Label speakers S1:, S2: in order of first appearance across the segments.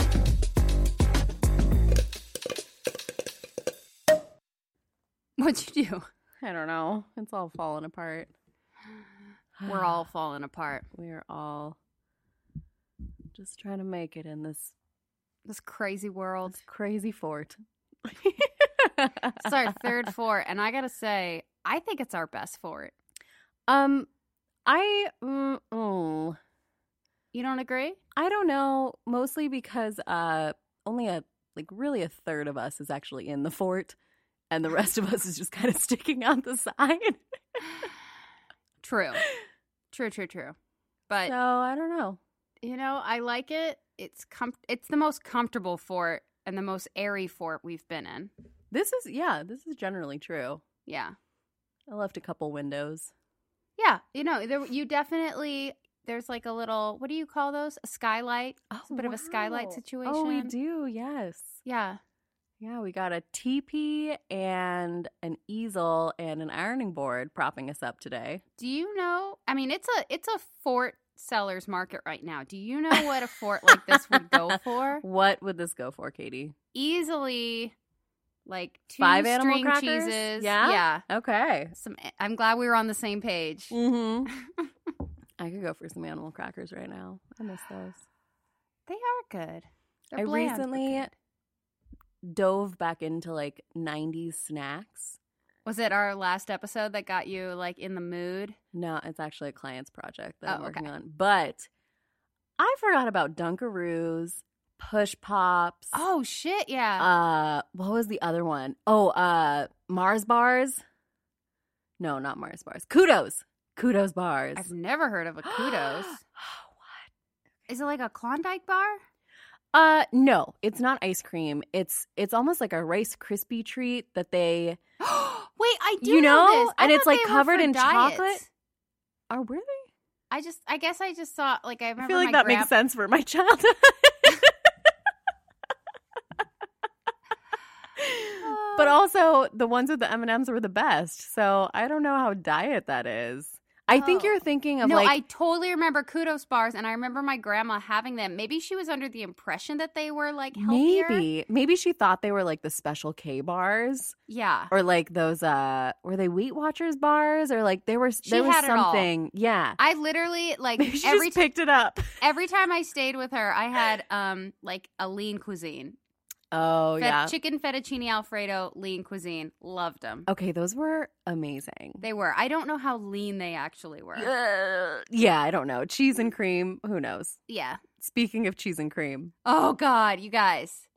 S1: What'd you do?
S2: I don't know. It's all falling apart.
S1: We're all falling apart.
S2: We're all just trying to make it in this
S1: This crazy world.
S2: crazy fort.
S1: It's our third fort, and I gotta say, I think it's our best fort.
S2: Um, I mm, mm,
S1: You don't agree?
S2: I don't know. Mostly because uh, only a like really a third of us is actually in the fort, and the rest of us is just kind of sticking out the side.
S1: True. True, true, true. But
S2: so I don't know.
S1: you know, I like it. It's com- it's the most comfortable fort and the most airy fort we've been in.
S2: This is yeah. This is generally true.
S1: Yeah.
S2: I left a couple windows.
S1: Yeah, you know, there, you definitely there's like a little what do you call those? A skylight.
S2: Oh,
S1: a bit of a skylight situation.
S2: Oh, we do. Yes.
S1: Yeah.
S2: Yeah, we got a teepee and an easel and an ironing board propping us up today.
S1: Do you know? I mean, it's a it's a fort seller's market right now. Do you know what a fort like this would go for?
S2: What would this go for, Katie?
S1: Easily, like two
S2: Five animal
S1: string
S2: crackers?
S1: cheeses.
S2: Yeah?
S1: yeah.
S2: Okay.
S1: Some. eh, I'm glad we were on the same page.
S2: Mm-hmm. I could go for some animal crackers right now. I miss those.
S1: They are good. They're
S2: I
S1: bland, but
S2: recently-
S1: good.
S2: Dove back into like 90s snacks.
S1: was it our last episode that got you like in the mood?
S2: No, it's actually a client's project that I'm
S1: Oh, okay.
S2: working on. But I forgot about Dunkaroos, Push Pops.
S1: Oh shit! Yeah.
S2: uh what was the other one? Oh, uh Mars bars. No, not Mars bars. Kudos. Kudos bars.
S1: I've never heard of a kudos.
S2: what?
S1: Is it like a Klondike bar?
S2: Uh no, it's not ice cream. It's it's almost like a Rice crispy treat that they
S1: Wait, I do
S2: You know?
S1: this. I
S2: And it's,
S1: thought
S2: like,
S1: they were
S2: covered
S1: for
S2: in
S1: diets.
S2: chocolate? are were they?
S1: I just, I guess, I just saw like I remember.
S2: I feel like
S1: my
S2: that
S1: gran-
S2: makes sense for my childhood. But also, the ones with the M and M's were the best. So I don't know how diet that is. I think
S1: Oh.
S2: you're thinking of
S1: no,
S2: like
S1: I totally remember kudos bars, and I remember my grandma having them. Maybe she was under the impression that they were like healthier.
S2: Maybe. Maybe she thought they were like the special K bars
S1: yeah.
S2: or like those uh were they Wheat Watchers bars or like they were
S1: She
S2: there was
S1: had it all.
S2: something. Yeah.
S1: I literally like
S2: Maybe she
S1: every
S2: just picked it up.
S1: every time I stayed with her, I had um like a lean cuisine,
S2: Oh
S1: Fet-
S2: yeah.
S1: chicken fettuccine alfredo, lean cuisine, loved them.
S2: Okay, those were amazing.
S1: They were. I don't know how lean they actually were.
S2: Uh, yeah, I don't know. Cheese and cream, who knows?
S1: yeah.
S2: Speaking of cheese and cream,
S1: Oh God, you guys.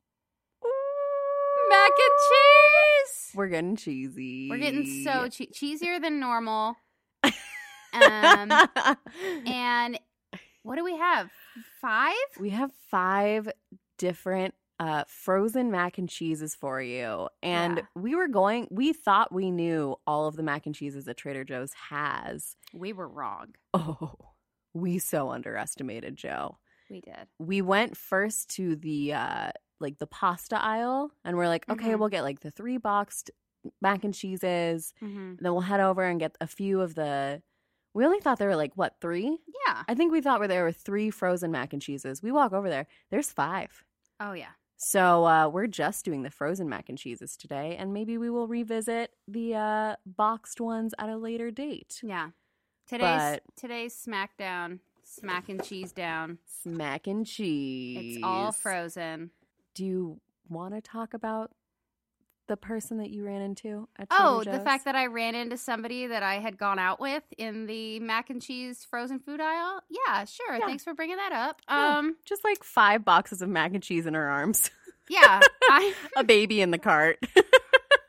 S1: Mac and cheese.
S2: we're getting cheesy.
S1: We're getting so che- cheesier than normal. Um, and what do we have? Five?
S2: We have five different uh, frozen mac and cheeses for you. And
S1: Yeah.
S2: we were going, we thought we knew all of the mac and cheeses that Trader Joe's has.
S1: We were wrong.
S2: Oh, we so underestimated Joe.
S1: We did.
S2: We went first to the uh, like the pasta aisle and we're like, okay,
S1: Mhm.
S2: we'll get like the three boxed mac and cheeses.
S1: Mm-hmm.
S2: Then we'll head over and get a few of the. We only thought there were like, what, three?
S1: Yeah.
S2: I think we thought where there were three frozen mac and cheeses. We walk over there, there's five.
S1: Oh yeah.
S2: So uh, we're just doing the frozen mac and cheeses today, and maybe we will revisit the uh, boxed ones at a later date.
S1: Yeah. Today's
S2: But-
S1: today's SmackDown, smack and cheese down.
S2: Mac and cheese.
S1: It's all frozen.
S2: Do you want to talk about the person that you ran into at Trader
S1: Oh, the
S2: Joe's?
S1: fact that I ran into somebody that I had gone out with in the mac and cheese frozen food aisle. Yeah, sure.
S2: Yeah.
S1: Thanks for bringing that up.
S2: Yeah.
S1: Um,
S2: just like five boxes of mac and cheese in her arms,
S1: yeah. I
S2: a baby in the cart.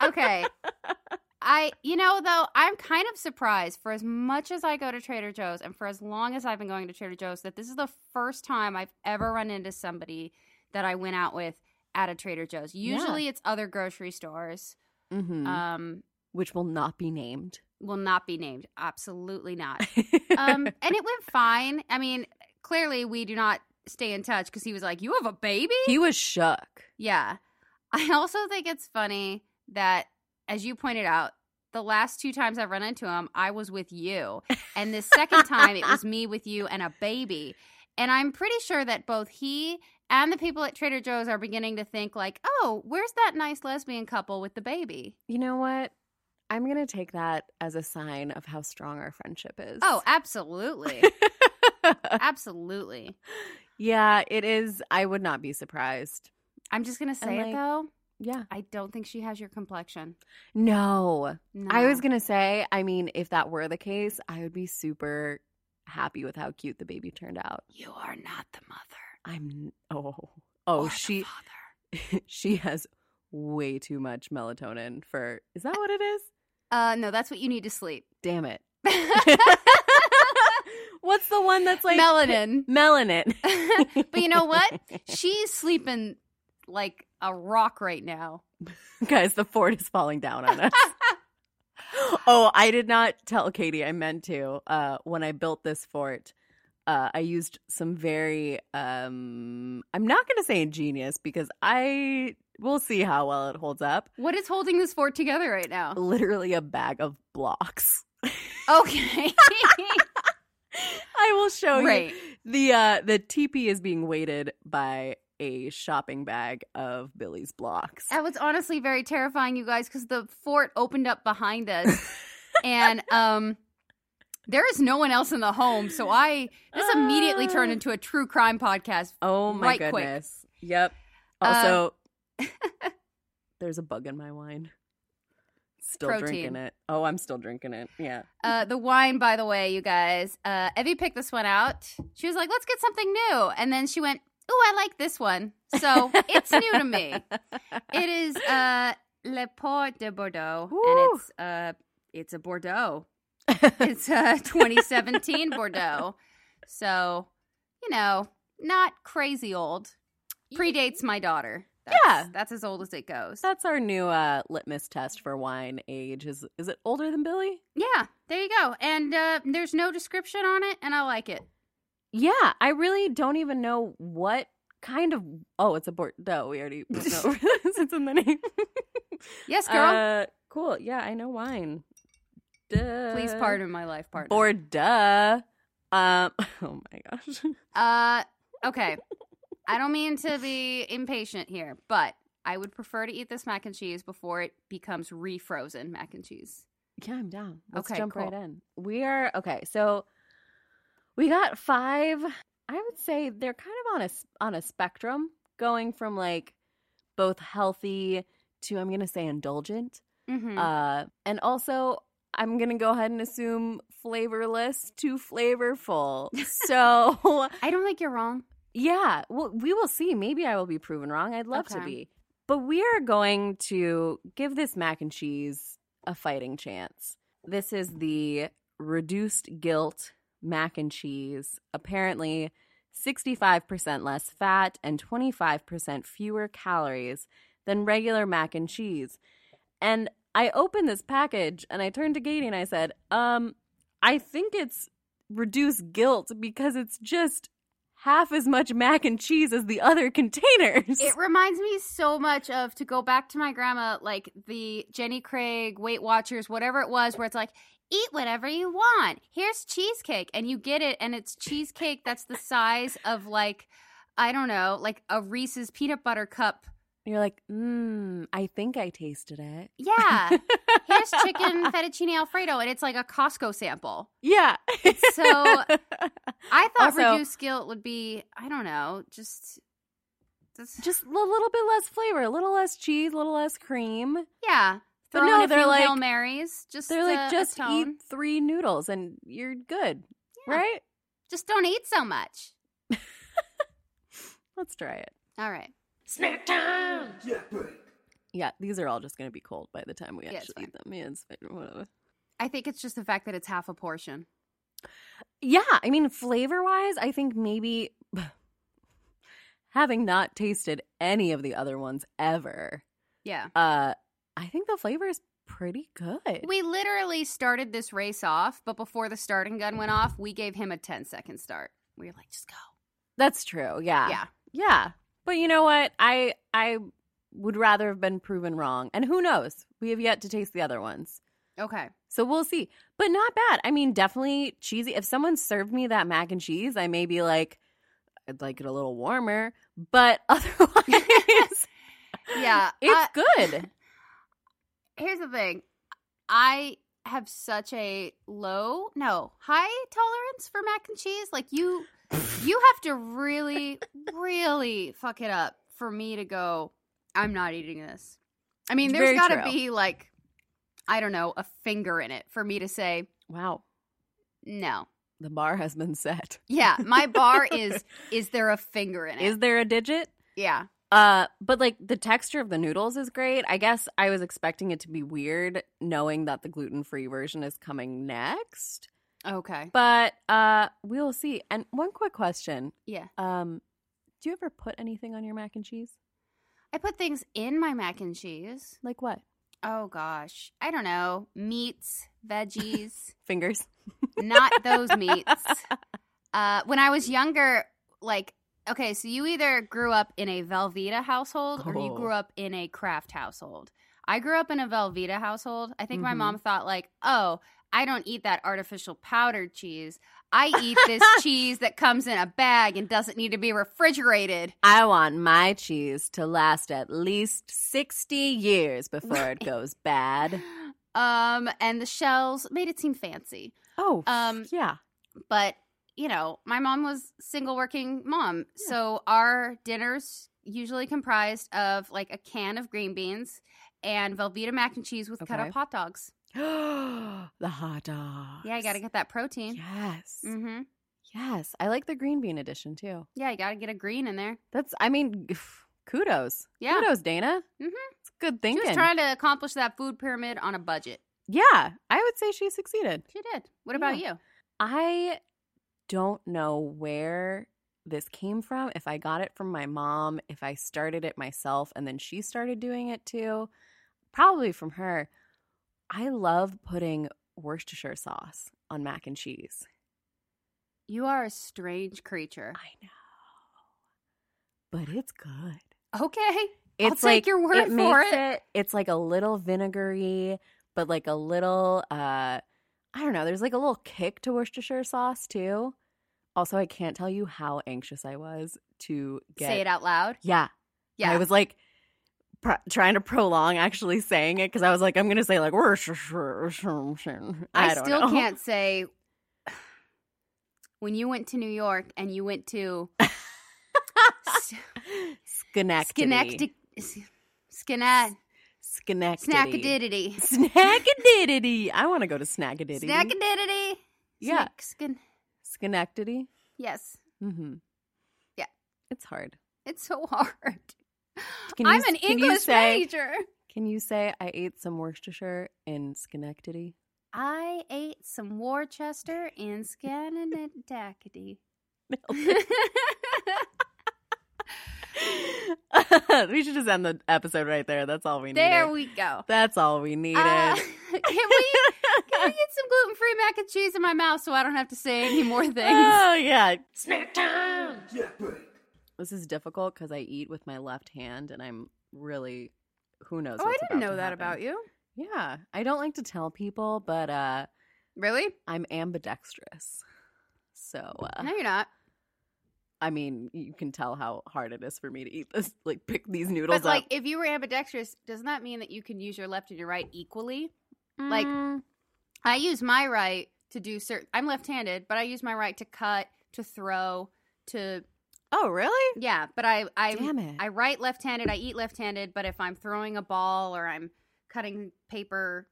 S1: okay. I, you know, though, I'm kind of surprised for as much as I go to Trader Joe's and for as long as I've been going to Trader Joe's that this is the first time I've ever run into somebody that I went out with at a Trader Joe's.
S2: Yeah.
S1: Usually it's other grocery stores,
S2: Mhm.
S1: um,
S2: Which will not be named.
S1: will not be named. Absolutely not. Um, and it went fine. I mean, clearly we do not stay in touch because he was like, You have a baby?
S2: he was shook.
S1: Yeah. I also think it's funny that, as you pointed out, the last two times I've run into him, I was with you. And this second time, it was me with you and a baby. And I'm pretty sure that both he and the people at Trader Joe's are beginning to think, like, oh, where's that nice lesbian couple with the baby?
S2: You know what? I'm going to take that as a sign of how strong our friendship is.
S1: Oh, absolutely. absolutely.
S2: yeah, it is. I would not be surprised.
S1: I'm just going to say
S2: like-
S1: it though.
S2: Yeah.
S1: I don't think she has your complexion.
S2: No.
S1: No.
S2: I was going to say, I mean, if that were the case, I would be super happy with how cute the baby turned out.
S1: You are not the mother.
S2: I'm oh. Oh,
S1: or the
S2: she
S1: father.
S2: she has way too much melatonin for Is that what it is?
S1: Uh, no, that's what you need to sleep.
S2: Damn it. What's the one that's like
S1: Melanin.
S2: Melanin.
S1: but you know what? She's sleeping like a rock right now.
S2: Guys, the fort is falling down on us. oh, I did not tell Katie. I meant to. Uh, when I built this fort, uh, I used some very. Um, I'm not going to say ingenious because I we'll see how well it holds up.
S1: What is holding this fort together right now?
S2: Literally a bag of blocks.
S1: Okay.
S2: I will show
S1: Great.
S2: you the uh, the teepee is being weighted by a shopping bag of Billy's blocks.
S1: That was honestly very terrifying, you guys, because the fort opened up behind us, and um, there is no one else in the home. So I this immediately turned
S2: Ah.
S1: into a true crime podcast.
S2: Oh my
S1: right quick.
S2: goodness. Yep. Also, there's a bug in my wine. Still
S1: Protein.
S2: drinking it. Oh, I'm still drinking it. Yeah.
S1: Uh, the wine, by the way, you guys. Uh, Evie picked this one out. She was like, "Let's get something new," and then she went, "Ooh, I like this one." So it's new to me. It is uh, Le Port de Bordeaux,
S2: Woo.
S1: and it's uh, it's a Bordeaux. it's uh 2017 Bordeaux. So, you know, not crazy old. Predates my daughter. That's,
S2: Yeah.
S1: That's as old as it goes.
S2: That's our new uh, litmus test for wine age. Is is it older than Billy?
S1: Yeah, there you go. And uh, there's no description on it, and I like it.
S2: Yeah, I really don't even know what kind of. Oh, it's a Bordeaux. We already went over this. It's in the name.
S1: Yes, girl.
S2: Uh, cool. Yeah, I know wine. Duh.
S1: Please pardon my life partner.
S2: Bordeaux. Um. Oh my gosh.
S1: Uh, okay. I don't mean to be impatient here, but I would prefer to eat this mac and cheese before it becomes refrozen mac and cheese.
S2: Yeah, I'm down. Let's
S1: Okay,
S2: jump right
S1: cool.
S2: in. We are okay. So we got five. I would say they're kind of on a s- on a spectrum, going from like both healthy to I'm gonna say indulgent,
S1: Mm-hmm.
S2: uh, and also I'm gonna go ahead and assume flavorless to flavorful. so
S1: I don't think you're wrong.
S2: yeah, well, we will see. Maybe I will be proven wrong. I'd love to
S1: Okay.
S2: be, but we are going to give this mac and cheese a fighting chance. This is the reduced guilt mac and cheese. Apparently, 65% less fat and 25% fewer calories than regular mac and cheese. And I opened this package and I turned to Katie and I said, um, I think it's reduced guilt because it's just half as much mac and cheese as the other containers.
S1: It reminds me so much of to go back to my grandma, like the Jenny Craig, Weight Watchers, whatever it was, where it's like, eat whatever you want. Here's cheesecake. And you get it, and it's cheesecake that's the size of like, I don't know, like a Reese's peanut butter cup.
S2: You're like, mmm, I think I tasted it.
S1: Yeah. Here's chicken fettuccine alfredo, and it's like a Costco sample.
S2: yeah.
S1: So I thought
S2: Also-
S1: reduced guilt would be, I don't know, just, just
S2: just a little bit less flavor, a little less cheese, a little less cream.
S1: yeah.
S2: But
S1: Throw in
S2: no,
S1: a
S2: they're
S1: few
S2: like-
S1: Hail Marys. Just
S2: They're
S1: uh,
S2: like,
S1: a
S2: just eat
S1: tone.
S2: three noodles and you're good,
S1: Yeah.
S2: right?
S1: Just don't eat so much.
S2: Let's try it.
S1: All right.
S2: Yeah, these are all just going to be cold by the time we
S1: Yeah, it's
S2: actually eat them. Yeah, it's fine, whatever.
S1: I think it's just the fact that it's half a portion.
S2: Yeah, I mean, flavor wise, I think maybe having not tasted any of the other ones ever,
S1: Yeah.
S2: uh, I think the flavor is pretty good.
S1: We literally started this race off, but before the starting gun went off, we gave him a 10 second start. We were like, just go.
S2: That's true. Yeah.
S1: Yeah.
S2: Yeah. But you know what? I I would rather have been proven wrong. And who knows? We have yet to taste the other ones.
S1: Okay.
S2: So we'll see. But not bad. I mean, definitely cheesy. If someone served me that mac and cheese, I may be like, I'd like it a little warmer. But otherwise,
S1: Yeah. I-
S2: it's good.
S1: Here's the thing I have such a low, no, high tolerance for mac and cheese. Like you, you have to really, really fuck it up for me to go. I'm not eating this. I mean,
S2: It's
S1: there's
S2: very
S1: got to
S2: true.
S1: be like, I don't know, a finger in it for me to say
S2: Wow,
S1: no.
S2: the bar has been set.
S1: Yeah, my bar is. Is there a finger in it?
S2: Is there a digit?
S1: yeah,
S2: Uh, but like the texture of the noodles is great. I guess I was expecting it to be weird, knowing that the gluten free version is coming next.
S1: okay.
S2: But uh, we will see. And one quick question:
S1: Yeah,
S2: um, Do you ever put anything on your mac and cheese?
S1: I put things in my mac and cheese.
S2: Like what?
S1: Oh gosh, I don't know. Meats, veggies.
S2: Fingers.
S1: not those meats. Uh, when I was younger, like, okay, so you either grew up in a Velveeta household or you
S2: Oh.
S1: grew up in a craft household. I grew up in a Velveeta household. I think my
S2: Mhm.
S1: mom thought, like, oh, I don't eat that artificial powdered cheese. I eat this cheese that comes in a bag and doesn't need to be refrigerated.
S2: I want my cheese to last at least 60 years before it goes bad.
S1: Um, and the shells made it seem fancy.
S2: Oh,
S1: Um,
S2: yeah.
S1: but you know my mom was single working mom
S2: Yeah.
S1: so our dinners usually comprised of like a can of green beans and velveeta mac and cheese with cut
S2: Okay.
S1: up hot dogs
S2: the hot dog.
S1: yeah you gotta get that protein
S2: Yes.
S1: mm-hmm
S2: Yes. I like the green bean edition too.
S1: yeah you gotta get a green in there
S2: That's, I mean, kudos.
S1: Yeah.
S2: Kudos, Dana.
S1: Mhm.
S2: It's good
S1: she
S2: thinking.
S1: was trying to accomplish that food pyramid on a budget
S2: yeah. I would say she succeeded.
S1: she did what about you
S2: I don't know where this came from. If I got it from my mom, if I started it myself, and then she started doing it too, probably from her. I love putting Worcestershire sauce on mac and cheese.
S1: you are a strange creature
S2: I know, but it's good.
S1: okay I'll
S2: It's
S1: take
S2: like
S1: your word
S2: it
S1: for
S2: makes
S1: it.
S2: It's like a little vinegary, but like a little uh I don't know, there's like a little kick to Worcestershire sauce too. Also, I can't tell you how anxious I was to get
S1: say it out loud
S2: Yeah.
S1: yeah
S2: I was like pr- trying to prolong actually saying it because I was like, I'm going to say like Worcestershire.
S1: I,
S2: I, don't
S1: still
S2: know.
S1: can't say when you went to New York and you went to
S2: Schenectady.
S1: Schenectady. Skinat.
S2: Schenectady.
S1: Snackadidity.
S2: Snackadidity. I want to go to Snackadidity.
S1: Snackadidity.
S2: Yeah.
S1: Snack- skin.
S2: Schenectady.
S1: Yes.
S2: Mm-hmm.
S1: Yeah.
S2: It's hard.
S1: It's so hard.
S2: Can
S1: I'm
S2: you-
S1: an
S2: can you
S1: English
S2: say-
S1: major.
S2: Can you say I ate some Worcestershire in Schenectady?
S1: I ate some Worcester in Schenectady.
S2: we should just end the episode right there. That's all we needed.
S1: there we go.
S2: That's all we needed.
S1: Uh, can we can we get some gluten free mac and cheese in my mouth so I don't have to say any more things?
S2: Oh yeah. Snack time. This is difficult because I eat with my left hand and I'm really who knows.
S1: oh, I didn't know that about you.
S2: you. Yeah. I don't like to tell people, but uh
S1: Really?
S2: I'm ambidextrous. So uh,
S1: No, you're not.
S2: I mean, you can tell how hard it is for me to eat this, like pick these noodles
S1: But like,
S2: up.
S1: if you were ambidextrous, doesn't that mean that you can use your left and your right equally? like-
S2: Mm,
S1: I use my right to do certain. I'm left-handed, but I use my right to cut, to throw, to
S2: oh really?
S1: yeah. But I I
S2: Damn it!
S1: I write left-handed. I eat left-handed. But if I'm throwing a ball or I'm cutting paper,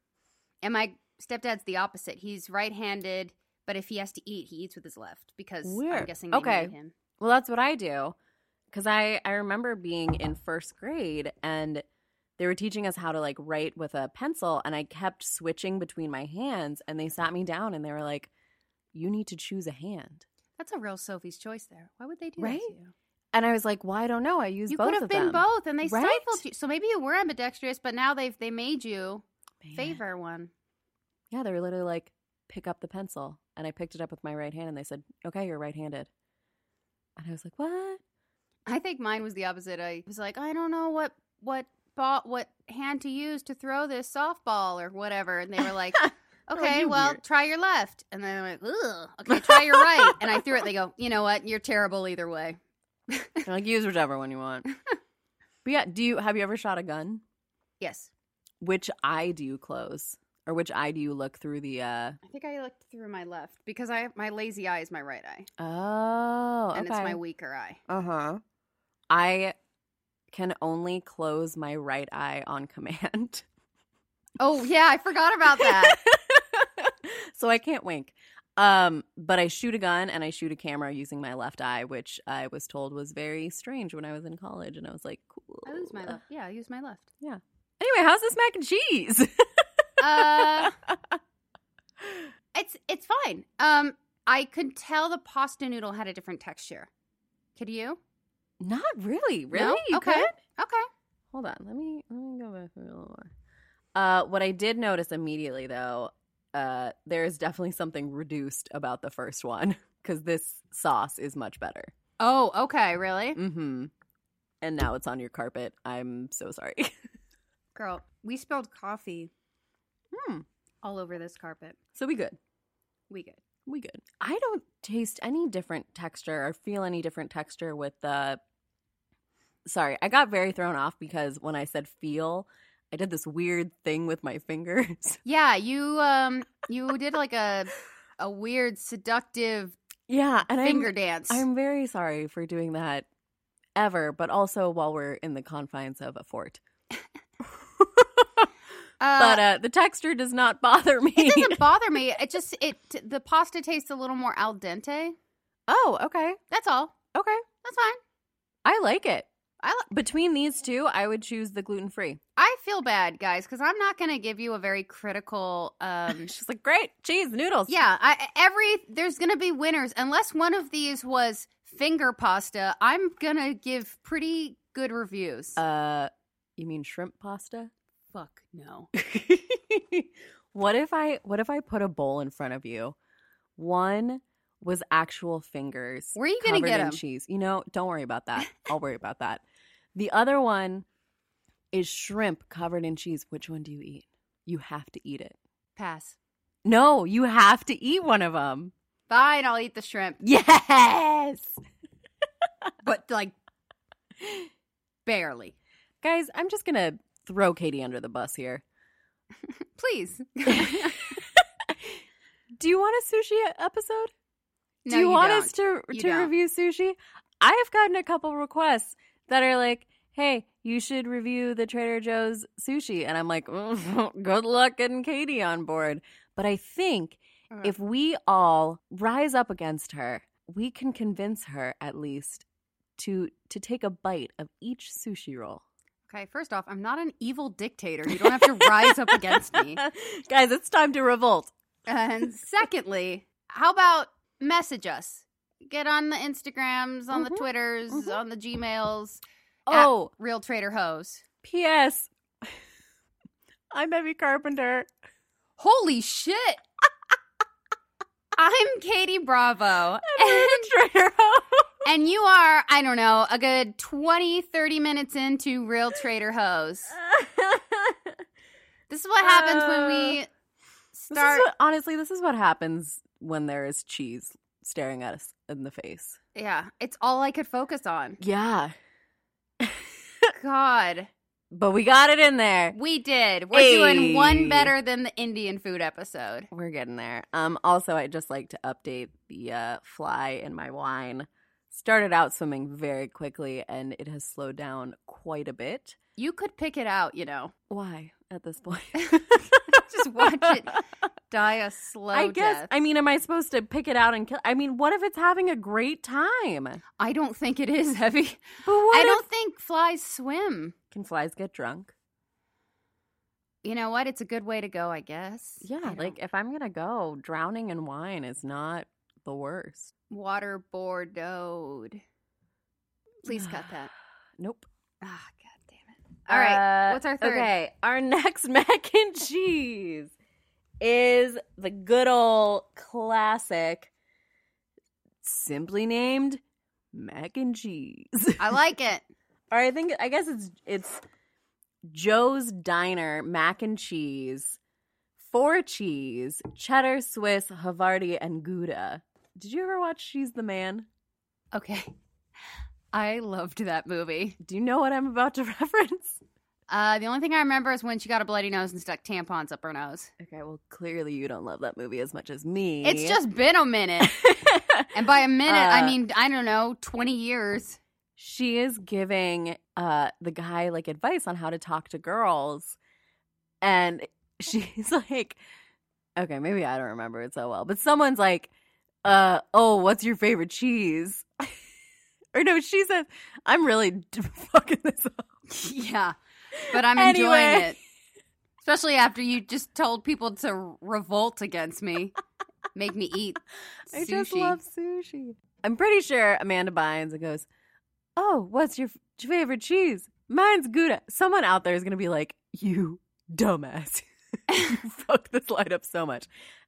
S1: and my stepdad's the opposite. He's right-handed, but if he has to eat, he eats with his left because I'm
S2: Weird.
S1: guessing they
S2: Okay.
S1: made him.
S2: well, that's what I do because I I remember being in first grade and they were teaching us how to like write with a pencil, and I kept switching between my hands, and they sat me down and they were like, "You need to choose a hand."
S1: That's a real Sophie's choice there. Why would they do
S2: Right?
S1: that to you?
S2: And I was like, "Well, I don't know. I used
S1: You
S2: both
S1: could have
S2: of
S1: been
S2: them."
S1: both, and they
S2: Right?
S1: stifled you. So maybe you were ambidextrous, but now they've they made you
S2: Man.
S1: favor one.
S2: Yeah, they were literally like, pick up the pencil. And I picked it up with my right hand and they said, okay, you're right handed. And I was like, what?
S1: I think mine was the opposite. I was like, I don't know what what ball what hand to use to throw this softball or whatever, and they were like, okay,
S2: Oh, you
S1: well
S2: weird."
S1: try your left, and then I'm like, Ugh, okay, try your right, and I threw it. They go, you know what, you're terrible either way.
S2: And like, use whichever one you want. but yeah, do you have you ever shot a gun?
S1: Yes,
S2: Which eye do you close? Or which eye do you look through the uh
S1: I think I looked through my left because I my lazy eye is my right eye,
S2: Oh,
S1: and it's my weaker eye.
S2: Uh-huh. I can only close my right eye on command.
S1: Oh yeah, I forgot about that.
S2: so I can't wink. Um, but I shoot a gun and I shoot a camera using my left eye, which I was told was very strange when I was in college, and I was like, cool.
S1: I use my left. Yeah, I use my left.
S2: Anyway, how's this mac and cheese?
S1: Uh, it's it's fine. Um, I could tell the pasta noodle had a different texture. Could you?
S2: Not really, really. You
S1: Okay.
S2: could?
S1: Okay.
S2: Hold on, let me let me go back a little more. Uh, what I did notice immediately, though, uh, there is definitely something reduced about the first one because this sauce is much better.
S1: Oh, okay. Really,
S2: Mm-hmm. And now it's on your carpet. I'm so sorry.
S1: girl? We spilled coffee
S2: hmm.
S1: all over this carpet.
S2: So we good.
S1: We good.
S2: We good. I don't taste any different texture or feel any different texture with the. Sorry, I got very thrown off because when I said feel, I did this weird thing with my fingers.
S1: Yeah, you um, you did like a a weird seductive
S2: yeah, and
S1: finger
S2: I'm
S1: dance.
S2: I'm very sorry for doing that ever, but also while we're in the confines of a fort.
S1: Uh,
S2: but uh, the texture does not bother me.
S1: it doesn't bother me. It just it the pasta tastes a little more al dente.
S2: oh, okay.
S1: That's all.
S2: Okay.
S1: That's fine.
S2: I like it.
S1: I li-
S2: Between these two, I would choose the gluten free.
S1: I feel bad, guys, because I'm not going to give you a very critical. Um,
S2: She's like, great cheese noodles.
S1: yeah, I, e, every there's going to be winners unless one of these was finger pasta. I'm going to give pretty good reviews.
S2: Uh, you mean shrimp pasta?
S1: Fuck no.
S2: what if I what if I put a bowl in front of you? One was actual fingers.
S1: Where are you going to
S2: covered
S1: get
S2: in
S1: them?
S2: cheese. You know, don't worry about that. I'll worry about that. The other one is shrimp covered in cheese. Which one do you eat? You have to eat it.
S1: Pass.
S2: No, you have to eat one of them.
S1: Fine, I'll eat the shrimp,
S2: Yes.
S1: but like barely.
S2: Guys, I'm just going to throw Katie under the bus here.
S1: Please.
S2: Do you want a sushi e-, episode?
S1: No,
S2: do you, want
S1: don't.
S2: us to
S1: You
S2: to
S1: don't.
S2: review sushi? I have gotten a couple requests that are like, "Hey, you should review the Trader Joe's sushi," and I'm like, "Mm, "Good luck getting Katie on board." But I think
S1: Uh,
S2: if we all rise up against her, we can convince her at least to to take a bite of each sushi roll.
S1: okay, first off, I'm not an evil dictator. You don't have to rise up against me.
S2: Guys, it's time to revolt.
S1: And secondly, how about message us? Get on the Instagrams, on the
S2: Mhm,
S1: Twitters,
S2: mhm.
S1: on the Gmails, Ah.
S2: Oh,
S1: Real Trader Hoes.
S2: P.S. I'm Evie Carpenter.
S1: Holy shit! I'm Katie Bravo,
S2: I'm Trader Joe's.
S1: and you are, I don't know, a good 20, 30 minutes into Real Trader Hoes. This is what happens when we
S2: Uh, This is
S1: start.
S2: what- honestly, this is what happens when there is cheese staring at us in the face.
S1: yeah, it's all I could focus on.
S2: Yeah.
S1: God.
S2: But we got it in there.
S1: We did. We're doing one
S2: Hey.
S1: better than the Indian food episode.
S2: We're getting there. Um, also, I'd just like to update the uh, fly in my wine. Started out swimming very quickly, and it has slowed down quite a bit.
S1: You could pick it out, you know.
S2: Why at this point?
S1: Just watch it die a slow
S2: I guess.
S1: death.
S2: I mean, am I supposed to pick it out and kill? I mean, what if it's having a great time? But
S1: I don't think it is heavy.
S2: what
S1: I
S2: if-
S1: don't think flies swim.
S2: can flies get drunk?
S1: You know what? It's a good way to go, I guess.
S2: Yeah,
S1: I don't-
S2: like if I'm gonna go, drowning in wine is not the worst.
S1: water bordeauxed. Please cut that.
S2: Nope.
S1: Ah, god damn it. All right.
S2: Uh,
S1: what's our third?
S2: Okay, our next mac and cheese is the good old classic, simply named mac and cheese.
S1: I like it.
S2: or I think I guess it's it's Joe's Diner mac and cheese, four cheese, cheddar, Swiss, Havarti, and Gouda. Did you ever watch She's the Man?
S1: Okay. I loved that movie.
S2: Do you know what I'm about to reference?
S1: Uh, the only thing I remember is when she got a bloody nose and stuck tampons up her nose.
S2: Okay, well, clearly you don't love that movie as much as me.
S1: It's just been a minute. and by a minute, I
S2: Uh,
S1: mean, I don't know, 20 years.
S2: she is giving uh the guy like advice on how to talk to girls and she's like okay maybe i don't remember it so well but someone's like uh oh what's your favorite cheese or no she says i'm really d- fucking this up
S1: yeah. But I'm enjoying
S2: Anyway.
S1: it. Especially after you just told people to revolt against me, make me eat sushi.
S2: i just love sushi i'm pretty sure amanda bynes and goes oh what's your f- favorite cheese mine's gouda someone out there is gonna be like you dumbass You fucked this line up so much.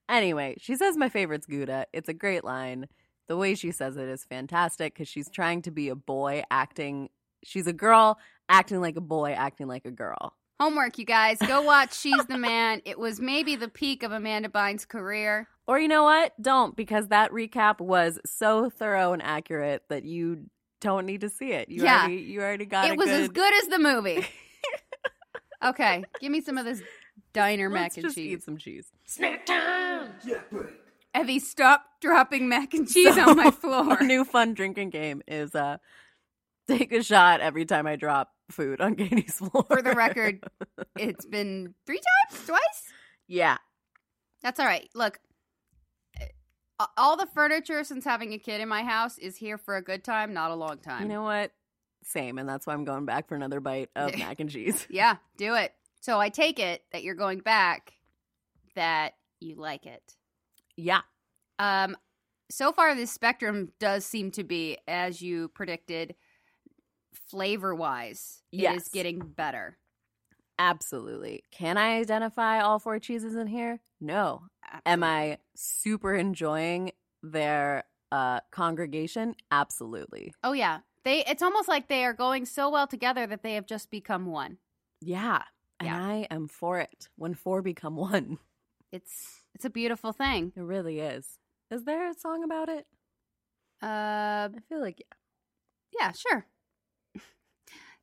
S2: Anyway, she says my favorite's Gouda. It's a great line. The way she says it is fantastic because she's trying to be a boy acting. She's a girl acting like a boy, acting like a girl.
S1: Homework, you guys. Go watch She's the Man. It was maybe the peak of Amanda Bynes' career.
S2: Or you know what? Don't because that recap was so thorough and accurate that you don't need to see it. You
S1: Yeah.
S2: already you already got a
S1: it was
S2: good,
S1: as good as the movie. okay, give me some of this diner mac
S2: Let's
S1: and
S2: just
S1: cheese.
S2: eat some cheese.
S1: Evie, stop dropping mac and cheese on my
S2: So,
S1: floor.
S2: Our new fun drinking game is uh take a shot every time I drop food on Katie's floor.
S1: For the record, it's been three times, twice.
S2: yeah.
S1: That's all right. Look, uh, all the furniture since having a kid in my house is here for a good time, not a long time.
S2: You know what? Same, and that's why I'm going back for another bite of mac and cheese.
S1: Yeah, do it. So I take it that you're going back, that you like it.
S2: Yeah.
S1: Um, so far, this spectrum does seem to be, as you predicted, flavor wise, it
S2: Yes.
S1: is getting better.
S2: Absolutely. Can I identify all four cheeses in here? No. Am I super enjoying their uh congregation? Absolutely.
S1: Oh yeah, they. It's almost like they are going so well together that they have just become one.
S2: Yeah. And
S1: Yeah.
S2: I am for it when four become one.
S1: It's it's a beautiful thing.
S2: It really is. Is there a song about it?
S1: Uh,
S2: I feel like
S1: yeah, sure.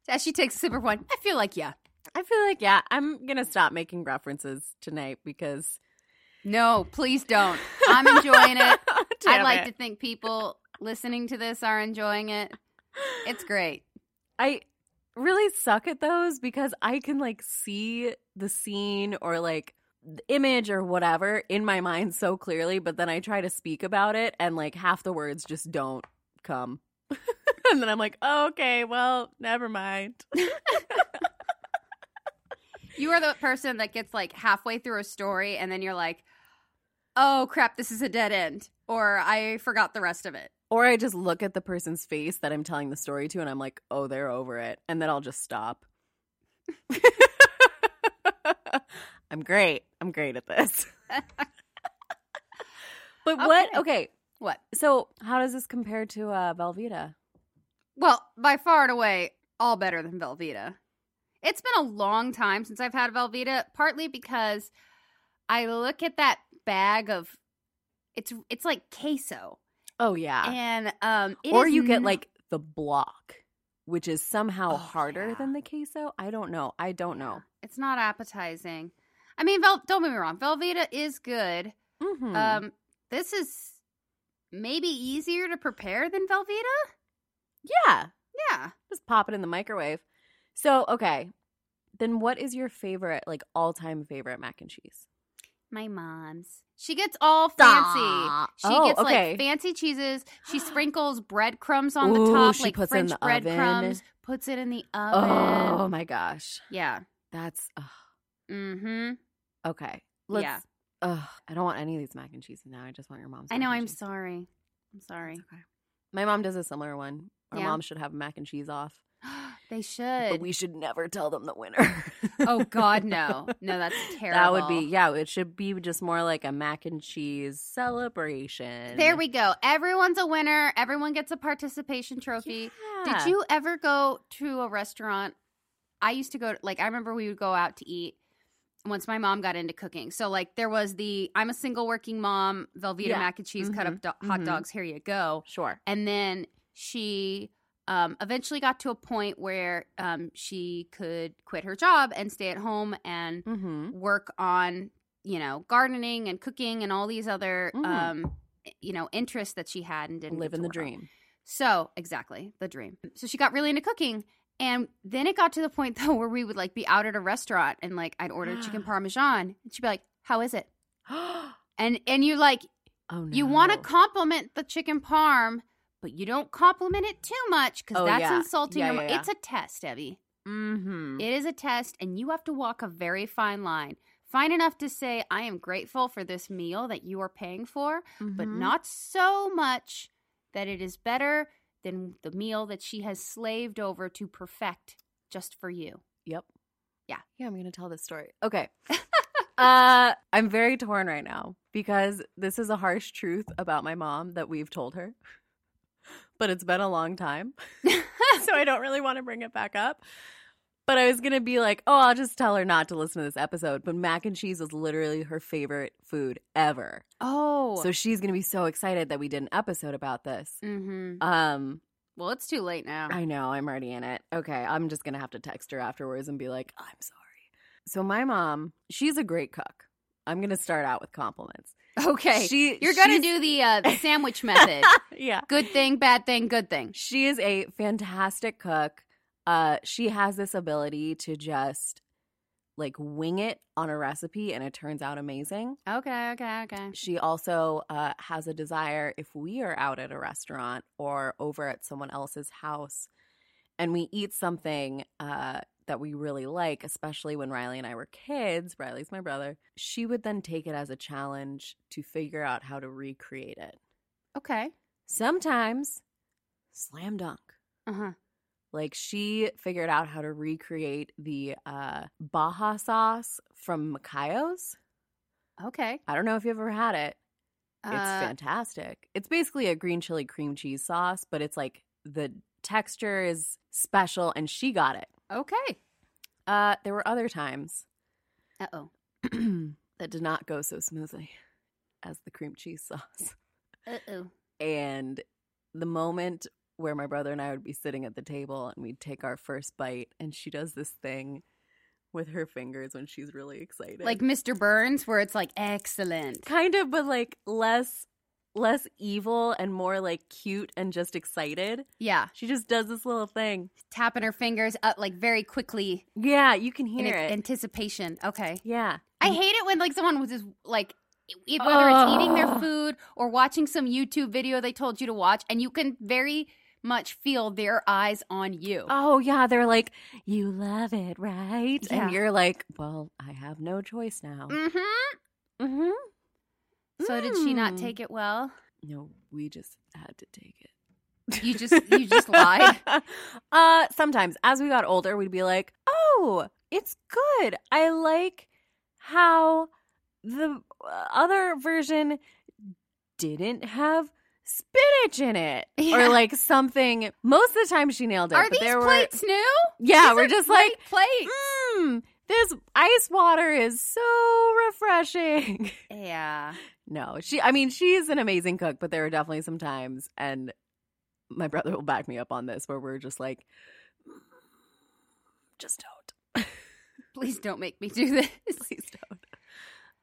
S1: As she takes a sip of wine, I feel like yeah.
S2: I feel like yeah, I'm gonna stop making references tonight because
S1: No, please don't. I'm enjoying it.
S2: Damn
S1: I'd like
S2: it.
S1: to think people listening to this are enjoying it. It's great.
S2: I really suck at those because I can like see the scene or like the image or whatever in my mind so clearly, but then I try to speak about it and like half the words just don't come. and then I'm like, oh, okay, well, never mind.
S1: You are the person that gets like halfway through a story and then you're like, "Oh crap, this is a dead end," or "I forgot the rest of it."
S2: Or I just look at the person's face that I'm telling the story to and I'm like, oh, they're over it. And then I'll just stop. I'm great. I'm great at this. but what?
S1: Okay.
S2: Okay.
S1: What?
S2: So, how does this compare to uh, Velveeta?
S1: Well, by far and away, all better than Velveeta. It's been a long time since I've had Velveeta, partly because I look at that bag of it's it's like queso,
S2: Oh, yeah.
S1: and um, it
S2: or
S1: is
S2: you get
S1: no-
S2: like the block, which is somehow
S1: Oh,
S2: harder
S1: yeah.
S2: than the queso. I don't know. I don't know.
S1: It's not appetizing. I mean, Vel- don't get me wrong. Velveeta is good.
S2: Mm-hmm.
S1: Um, this is maybe easier to prepare than Velveeta.
S2: yeah.
S1: Yeah.
S2: Just pop it in the microwave. So, okay. Then what is your favorite, like all time favorite mac and cheese?
S1: My mom's. She gets all fancy. She
S2: Oh,
S1: gets
S2: okay.
S1: like fancy cheeses. She sprinkles breadcrumbs on the
S2: Ooh,
S1: top,
S2: she
S1: like
S2: puts it in
S1: French
S2: the oven.
S1: breadcrumbs. Puts it in the oven.
S2: Oh my gosh.
S1: Yeah.
S2: That's ugh.
S1: Mm-hmm.
S2: okay. Let's,
S1: Yeah.
S2: ugh, I don't want any of these mac and cheeses now. I just want your mom's.
S1: I know.
S2: mac and
S1: I'm
S2: cheese.
S1: sorry. I'm sorry.
S2: It's okay. My mom does a similar one. Our
S1: Yeah.
S2: mom should have a mac and cheese off,
S1: they should.
S2: but we should never tell them the winner.
S1: oh God, no, no, that's terrible.
S2: That would be yeah. It should be just more like a mac and cheese celebration.
S1: There we go. Everyone's a winner. Everyone gets a participation trophy.
S2: Yeah.
S1: Did you ever go to a restaurant? I used to go, like, I remember we would go out to eat once my mom got into cooking. So, like, there was the I'm a single working mom, Velveeta
S2: Yeah. Mm-hmm.
S1: mac and cheese, cut up do- hot
S2: Mhm.
S1: dogs, here you go.
S2: Sure.
S1: And then she um, eventually got to a point where um, she could quit her job and stay at home and
S2: Mm-hmm.
S1: work on you know gardening and cooking and all these other
S2: Mm.
S1: um, you know interests that she had and didn't get
S2: Living
S1: to
S2: the
S1: work on.
S2: dream.
S1: So exactly the dream. So she got really into cooking. And then it got to the point though where we would like be out at a restaurant and like I'd order chicken parmesan and she'd be like, "How is it?"
S2: oh
S1: And and you like
S2: no.
S1: you want to compliment the chicken parm, but you don't compliment it too much because
S2: Oh,
S1: that's
S2: yeah.
S1: insulting.
S2: Yeah,
S1: your
S2: yeah,
S1: mo-
S2: yeah.
S1: It's a test, Evie.
S2: Mm-hmm.
S1: It is a test, and you have to walk a very fine line. Fine enough to say, I am grateful for this meal that you are paying for, but
S2: Mm-hmm.
S1: not so much that it is better than the meal that she has slaved over to perfect just for you.
S2: Yep.
S1: Yeah.
S2: Yeah, I'm going to tell this story. Okay. uh, I'm very torn right now because this is a harsh truth about my mom that we've told her, but it's been a long time. so I don't really want to bring it back up. But I was going to be like, oh, I'll just tell her not to listen to this episode. But mac and cheese was literally her favorite food ever.
S1: Oh.
S2: So she's going to be so excited that we did an episode about this.
S1: hmm
S2: Um,
S1: Well, it's too late now.
S2: I know, I'm already in it. Okay, I'm just gonna have to text her afterwards and be like, I'm sorry. So my mom, she's a great cook. I'm gonna start out with compliments.
S1: okay.
S2: she,
S1: You're going to
S2: she's-
S1: do the uh, sandwich method
S2: yeah.
S1: good thing, bad thing, good thing.
S2: She is a fantastic cook. Uh, she has this ability to just like wing it on a recipe, and it turns out amazing.
S1: Okay, okay, okay.
S2: She also uh, has a desire if we are out at a restaurant or over at someone else's house and we eat something uh, that we really like, especially when Riley and I were kids, Riley's my brother, she would then take it as a challenge to figure out how to recreate it.
S1: Okay.
S2: Sometimes, slam dunk.
S1: Uh huh.
S2: Like she figured out how to recreate the uh, Baja sauce from Macayo's.
S1: Okay.
S2: I don't know if you've ever had it. It's
S1: Uh,
S2: fantastic. It's basically a green chili cream cheese sauce, but it's like the texture is special, and she got it.
S1: okay.
S2: Uh, there were other times
S1: Uh oh.
S2: that did not go so smoothly as the cream cheese sauce.
S1: Uh oh.
S2: And the moment where my brother and I would be sitting at the table and we'd take our first bite, and she does this thing with her fingers when she's really excited.
S1: Like Mr. Burns, where it's like excellent.
S2: kind of, but like less less evil and more like cute and just excited.
S1: Yeah,
S2: She just does this little thing.
S1: tapping her fingers up like very quickly
S2: Yeah, you can
S1: in
S2: hear
S1: its
S2: it.
S1: anticipation. Okay, Mm.
S2: yeah.
S1: I hate it when like someone was just like. It, whether it's eating their
S2: Ugh.
S1: food or watching some YouTube video they told you to watch, and you can very much feel their eyes on you.
S2: Oh yeah, they're like, you love it, right?
S1: Yeah.
S2: And you're like, well, I have no choice now.
S1: hmm
S2: Mm-hmm. Mm.
S1: So did she not take it well?
S2: No, we just had to take it.
S1: You just you just lied.
S2: uh, sometimes as we got older, we'd be like, oh, it's good. I like how the uh, other version didn't have spinach in it
S1: Yeah.
S2: or like something. Most of the time she nailed it.
S1: Are
S2: but
S1: these
S2: there
S1: plates
S2: Were,
S1: new?
S2: yeah,
S1: These
S2: we're
S1: are
S2: just
S1: great
S2: like,
S1: plates.
S2: mmm, this ice water is so refreshing.
S1: Yeah.
S2: No, she. I mean, she's an amazing cook, but there are definitely some times, and my brother will back me up on this, where we're just like, "Mm, just don't,
S1: Please don't make me do this.
S2: please don't.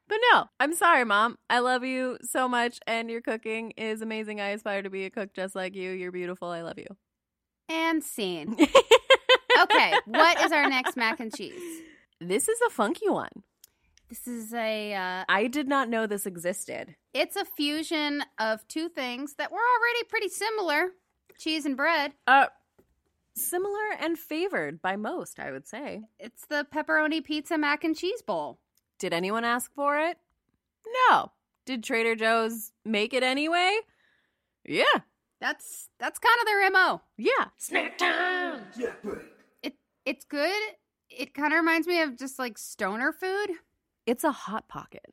S2: But no, I'm sorry, mom. I love you so much, and your cooking is amazing. I aspire to be a cook just like you. You're beautiful. I love you.
S1: And scene. Okay, what is our next mac and cheese?
S2: This is a funky one.
S1: This is a uh,
S2: I did not know this existed.
S1: it's a fusion of two things that were already pretty similar, cheese and bread.
S2: Uh, similar and favored by most, I would say.
S1: It's the pepperoni pizza mac and cheese bowl.
S2: Did anyone ask for it? No. Did Trader Joe's make it anyway? Yeah.
S1: That's that's kind of their mo.
S2: Yeah.
S3: Snack time! Yeah, buddy.
S1: It it's good. It kind of reminds me of just like stoner food.
S2: It's a hot pocket.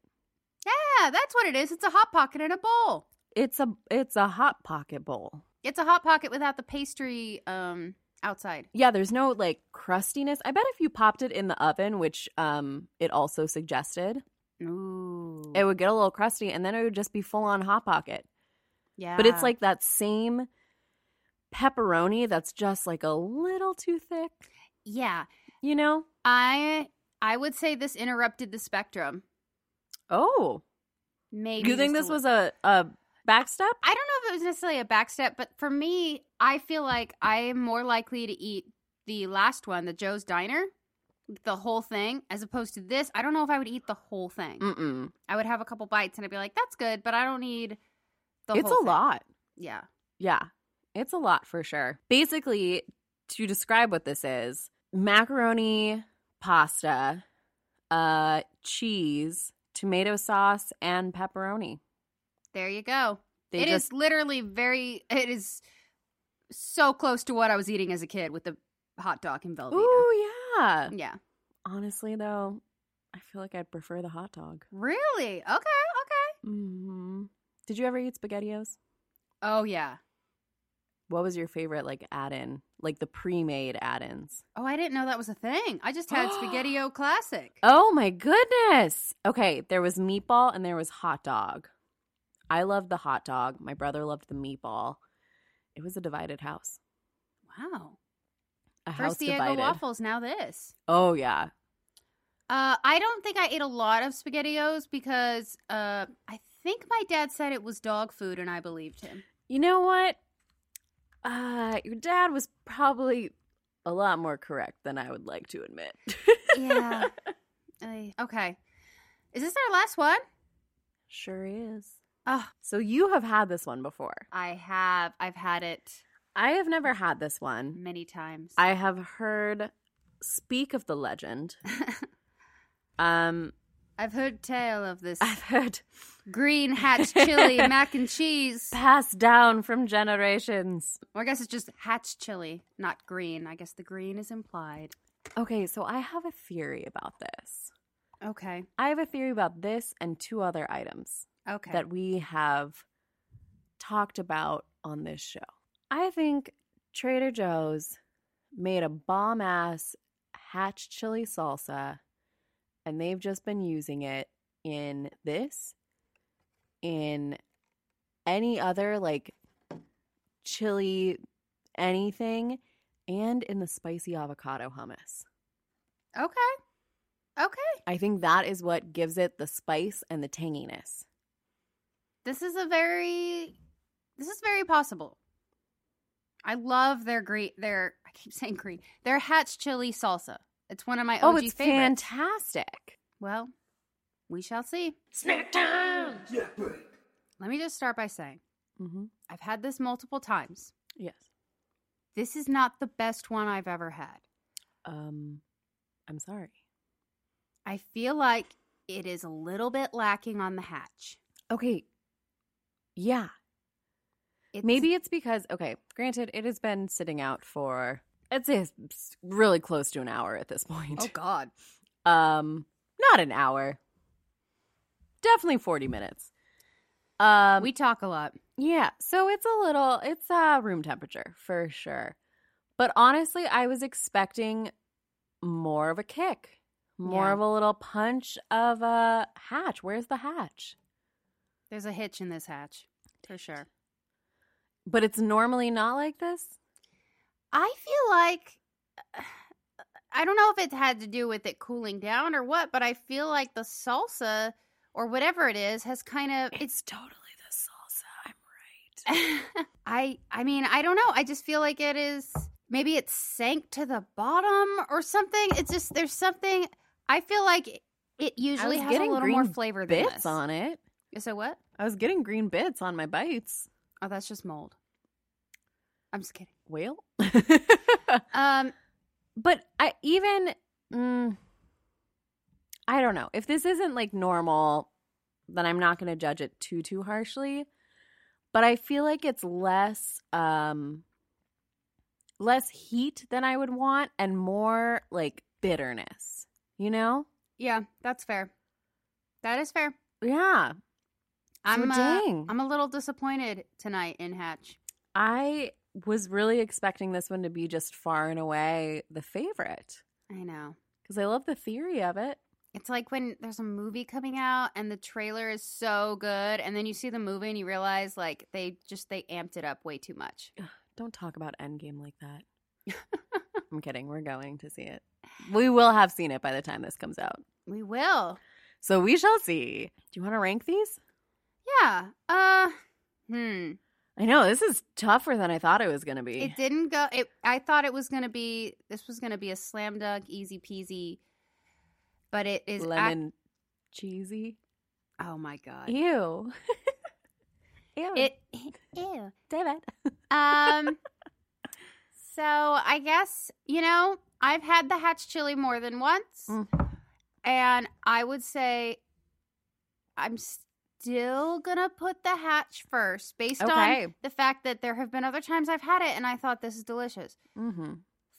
S1: Yeah, that's what it is. It's a hot pocket in a bowl.
S2: It's a it's a hot pocket bowl.
S1: It's a hot pocket without the pastry um outside.
S2: Yeah, there's no like crustiness. I bet if you popped it in the oven, which um it also suggested,
S1: Ooh.
S2: it would get a little crusty and then it would just be full on hot pocket.
S1: yeah.
S2: But it's like that same pepperoni that's just like a little too thick,
S1: Yeah.
S2: you know?
S1: I I would say this interrupted the spectrum.
S2: Oh.
S1: Maybe
S2: You think
S1: just
S2: this
S1: a
S2: was a, a backstep?
S1: I don't know if it was necessarily a backstep, but for me, I feel like I am more likely to eat the last one, the Joe's Diner, the whole thing, as opposed to this. I don't know if I would eat the whole thing.
S2: Mm-mm.
S1: I would have a couple bites and I'd be like, that's good, but I don't need the
S2: It's a
S1: whole thing."
S2: lot.
S1: Yeah.
S2: Yeah, it's a lot for sure. Basically, to describe what this is macaroni, pasta, uh, cheese, tomato sauce, and pepperoni.
S1: There you go. It
S2: They
S1: is
S2: just
S1: literally very, it is so close to what I was eating as a kid with the hot dog and Velveeta.
S2: ooh yeah.
S1: Yeah.
S2: Honestly though, I feel like I'd prefer the hot dog.
S1: Really? Okay. Okay.
S2: hmm Did you ever eat spaghettios?
S1: Oh, yeah.
S2: What was your favorite like add-in, like the pre-made add-ins?
S1: Oh, I didn't know that was a thing. I just had Spaghettio Classic.
S2: Oh my goodness. Okay, there was meatball and there was hot dog. I loved the hot dog. My brother loved the meatball. It was a divided house.
S1: Wow.
S2: A house
S1: First the egg
S2: divided.
S1: waffles, now this.
S2: Oh yeah.
S1: Uh, I don't think I ate a lot of SpaghettiOs because uh, I think my dad said it was dog food, and I believed him.
S2: You know what? Uh your dad was probably a lot more correct than I would like to admit.
S1: Yeah. I- okay. Is this our last one?
S2: sure is.
S1: Oh,
S2: Ah, So you have had this one before.
S1: I have. I've had it
S2: I have never had this one.
S1: many times.
S2: I have heard speak of the legend. Um
S1: I've heard tale of this
S2: I've heard
S1: green hatch chili mac and cheese.
S2: passed down from generations.
S1: Or I guess it's just hatch chili, not green. I guess the green is implied.
S2: Okay, so I have a theory about this.
S1: Okay.
S2: I have a theory about this and two other items
S1: Okay.
S2: that we have talked about on this show. I think Trader Joe's made a bomb ass hatch chili salsa and they've just been using it in this in any other like chili anything and in the spicy avocado hummus.
S1: okay. Okay.
S2: I think that is what gives it the spice and the tanginess.
S1: this is a very this is very possible i love their green their i keep saying green their hatch chili salsa it's one of my OG
S2: Oh, it's
S1: favorites
S2: fantastic.
S1: well we shall see
S3: Snack time! Yeah, buddy.
S1: let me just start by saying
S2: Mm-hmm.
S1: i've had this multiple times
S2: Yes.
S1: this is not the best one i've ever had
S2: Um, I'm sorry.
S1: i feel like it is a little bit lacking on the hatch
S2: Okay. Yeah.
S1: it's,
S2: Maybe it's because, okay, granted, it has been sitting out for, I'd say, it's really close to an hour at this point.
S1: oh god
S2: Um, not an hour. Definitely 40 minutes. Um,
S1: we talk a lot
S2: Yeah, so it's a little it's uh room temperature for sure. But honestly, I was expecting more of a kick, more
S1: Yeah.
S2: of a little punch of a hatch. Where's the hatch?
S1: there's a hitch in this hatch for sure
S2: But it's normally not like this.
S1: I feel like I don't know if it had to do with it cooling down or what, but I feel like the salsa or whatever it is has kind of it's
S2: totally the salsa. I'm right.
S1: I I mean, I don't know. I just feel like it is maybe it sank to the bottom or something. It's just there's something I feel like it usually
S2: was
S1: has a
S2: getting
S1: little more
S2: green
S1: flavor than
S2: Bits
S1: this.
S2: on it.
S1: So what?
S2: I was getting green bits on my bites.
S1: Oh, that's just mold. I'm just kidding.
S2: Well,
S1: Um
S2: but I even mm, I don't know if this isn't like normal, then I'm not going to judge it too too harshly. But I feel like it's less um less heat than I would want and more like bitterness. You know?
S1: yeah, that's fair. That is fair.
S2: Yeah.
S1: I'm
S2: so
S1: uh,
S2: dang.
S1: I'm a little disappointed tonight in Hatch.
S2: I was really expecting this one to be just far and away the favorite
S1: I know.
S2: because I love the theory of it.
S1: It's like when there's a movie coming out and the trailer is so good and then you see the movie and you realize like they just they amped it up way too much.
S2: Don't talk about Endgame like that. I'm kidding. We're going to see it. We will have seen it by the time this comes out.
S1: We will.
S2: So we shall see. Do you want to rank these?
S1: Yeah. Uh. Hmm.
S2: I know this is tougher than I thought it was going to be.
S1: It didn't go. It. I thought it was gonna be. This was gonna be a slam dunk, easy peasy. But it is. ac-
S2: Lemon cheesy.
S1: oh my god.
S2: Ew. Ew.
S1: It. Ew.
S2: David.
S1: Um. so I guess you know I've had the hatch chili more than once,
S2: Mm.
S1: and I would say I'm still gonna put the hatch first, based
S2: Okay.
S1: on the fact that there have been other times I've had it and I thought this is delicious,
S2: Mm-hmm.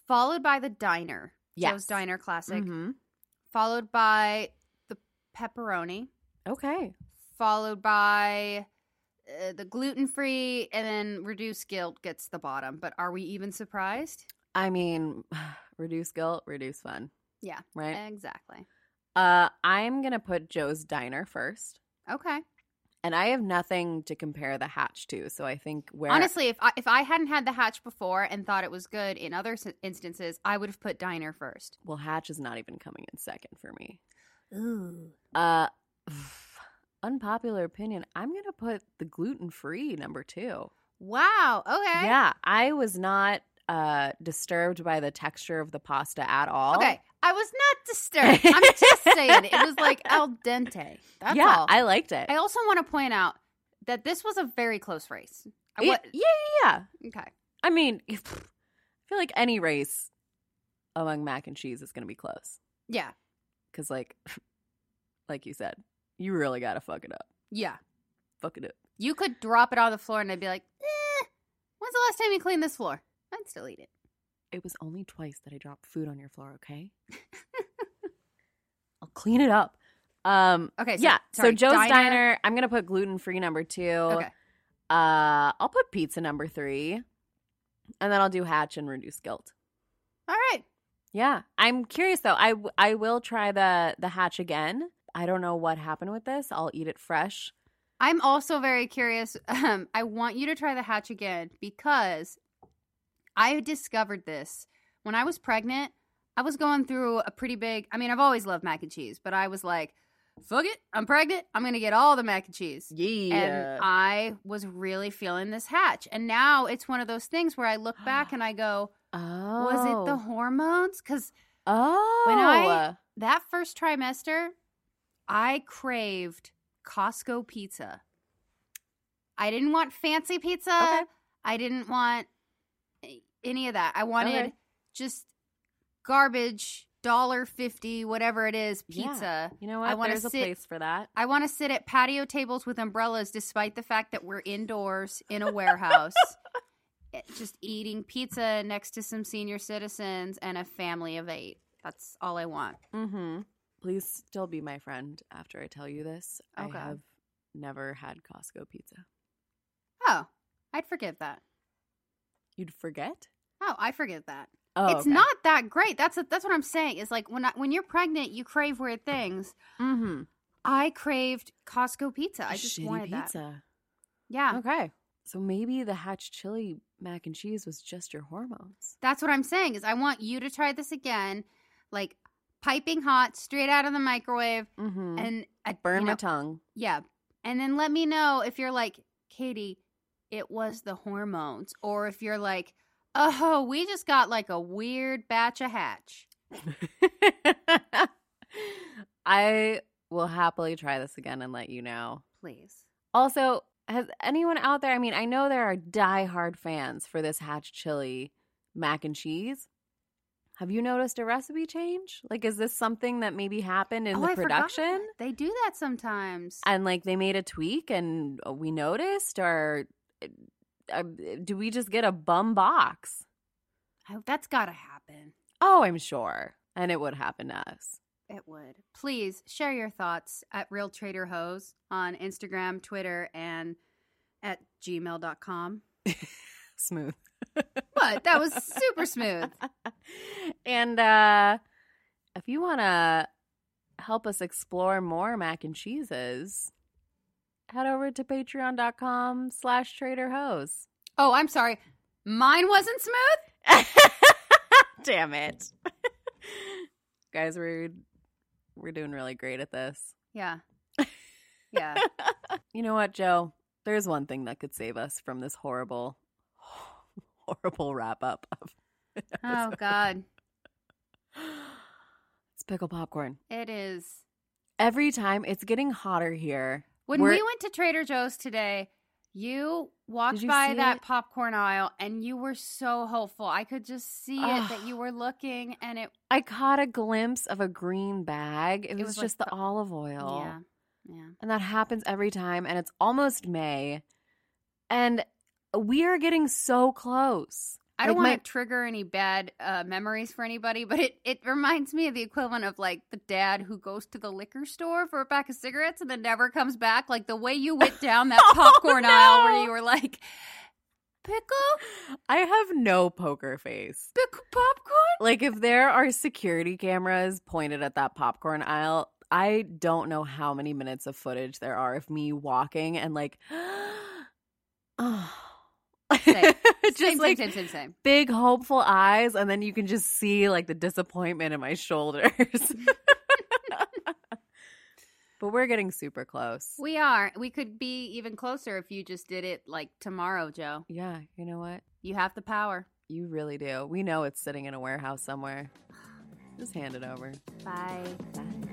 S1: followed by the diner, Joe's
S2: Yes.
S1: Diner Classic,
S2: Mm-hmm.
S1: followed by the pepperoni,
S2: Okay.
S1: followed by uh, the gluten free, and then reduced guilt gets the bottom. But are we even surprised?
S2: I mean, reduce guilt, reduce fun.
S1: Yeah.
S2: Right.
S1: Exactly.
S2: Uh, I'm gonna put Joe's Diner first,
S1: Okay.
S2: and I have nothing to compare the hatch to, so I think where
S1: Honestly, if I, if I hadn't had the hatch before and thought it was good in other s- instances, I would have put diner first.
S2: well, hatch is not even coming in second for me.
S1: Ooh.
S2: Uh, unpopular opinion. I'm gonna put the gluten free number two.
S1: Wow. Okay.
S2: Yeah, I was not uh disturbed by the texture of the pasta at all.
S1: Okay. I was not disturbed. I'm just saying it was like al dente. That's
S2: yeah,
S1: all. I,
S2: I liked it.
S1: also want to point out that this was a very close race. I
S2: It-
S1: wa-
S2: yeah, yeah, yeah.
S1: okay.
S2: I mean, I feel like any race among mac and cheese is going to be close
S1: Yeah.
S2: because, like, like you said, you really got to fuck it up.
S1: Yeah.
S2: Fuck it up.
S1: You could drop it on the floor and I'd be like, eh, when's the last time you cleaned this floor? I'd still eat it.
S2: It was only twice that I dropped food on your floor. Okay, I'll clean it up. Um,
S1: Okay. So,
S2: yeah.
S1: sorry,
S2: so Joe's Diner. I'm gonna put gluten free number two.
S1: Okay.
S2: Uh, I'll put pizza number three, and then I'll do hatch and reduce guilt.
S1: All right.
S2: Yeah, I'm curious though. I w- I will try the the hatch again. I don't know what happened with this. I'll eat it fresh.
S1: I'm also very curious. Um, I want you to try the hatch again because I discovered this when I was pregnant. I was going through a pretty big. I mean, I've always loved mac and cheese, but I was like, "Fuck it, I'm pregnant. I'm gonna get all the mac and cheese." And I was really feeling this hatch, and now it's one of those things where I look back and I go,
S2: oh.
S1: "Was it the hormones?" Because
S2: Oh.
S1: When I- that first trimester, I craved Costco pizza. I didn't want fancy pizza.
S2: Okay.
S1: I didn't want any of that. I wanted
S2: Okay.
S1: just garbage, dollar fifty, whatever it is,
S2: Yeah.
S1: pizza.
S2: You know
S1: I
S2: what?
S1: wanna
S2: There's a
S1: sit-
S2: place for that.
S1: I want to sit at patio tables with umbrellas, despite the fact that we're indoors in a warehouse, eh, just eating pizza next to some senior citizens and a family of eight. That's all I want.
S2: Mm-hmm. Please still be my friend after I tell you this.
S1: Okay.
S2: I have never had Costco pizza.
S1: Oh, I'd forgive that.
S2: You'd forget.
S1: Oh, I forgive that.
S2: Oh,
S1: it's not that great. That's that's what I'm saying. Is like when I, when you're pregnant, you crave weird things.
S2: Mm-hmm.
S1: I craved Costco pizza. I just
S2: Shitty
S1: wanted
S2: pizza.
S1: that. Yeah,
S2: Okay. So maybe the hatch chili mac and cheese was just your hormones.
S1: that's what I'm saying. Is I want you to try this again, like piping hot, straight out of the microwave,
S2: Mm-hmm.
S1: and I,
S2: Burn
S1: you
S2: my
S1: know,
S2: tongue.
S1: Yeah, and then let me know if you're like Katie, it was the hormones, or if you're like, oh, we just got like a weird batch of hatch.
S2: I will happily try this again and let you know.
S1: Please.
S2: Also, has anyone out there? I mean, I know there are diehard fans for this hatch chili mac and cheese. Have you noticed a recipe change? Like, is this something that maybe happened in
S1: Oh,
S2: the
S1: I forgot.
S2: production?
S1: They do that sometimes.
S2: And like they made a tweak and uh, we noticed, or uh, do we just get a bum box?
S1: I, that's got to happen.
S2: Oh, I'm sure. And it would happen to us.
S1: It would. Please share your thoughts at Real Trader Hose on Instagram, Twitter, and at gmail.com.
S2: Smooth.
S1: But that was super smooth.
S2: and uh, if you want to help us explore more mac and cheeses, head over to patreon.com slash trader hose.
S1: Oh, I'm sorry. Mine wasn't smooth.
S2: Damn it. Guys, we're we're doing really great at this.
S1: Yeah. Yeah.
S2: You know what, Joe? There's one thing that could save us from this horrible horrible wrap up of
S1: Oh God.
S2: It's pickle popcorn.
S1: It is.
S2: Every time it's getting hotter here.
S1: When
S2: We're-
S1: we went to Trader Joe's today, you walked
S2: you
S1: by
S2: see
S1: that
S2: it?
S1: popcorn aisle and you were so hopeful. I could just see it that
S2: Ugh.
S1: you were looking and it
S2: I caught a glimpse of a green bag. It, was,
S1: was like
S2: just
S1: the-
S2: the olive oil.
S1: Yeah. Yeah.
S2: And that happens every time. And it's almost May. And we are getting so close.
S1: I don't
S2: Like, my-
S1: want to trigger any bad uh, memories for anybody, but it, it reminds me of the equivalent of like the dad who goes to the liquor store for a pack of cigarettes and then never comes back. Like the way you went down that
S2: Oh,
S1: popcorn aisle
S2: no.
S1: where you were like, pickle,
S2: I have no poker face.
S1: pickle popcorn?
S2: Like, if there are security cameras pointed at that popcorn aisle, I don't know how many minutes of footage there are of me walking and like, oh,
S1: Same.
S2: just
S1: same,
S2: like
S1: same, same, same, same.
S2: big hopeful eyes, and then you can just see like the disappointment in my shoulders. but we're getting super close.
S1: We are. We could be even closer if you just did it like tomorrow, Joe.
S2: yeah, you know what?
S1: You have the power.
S2: You really do. We know it's sitting in a warehouse somewhere. Just hand it over.
S1: Bye.
S2: Bye.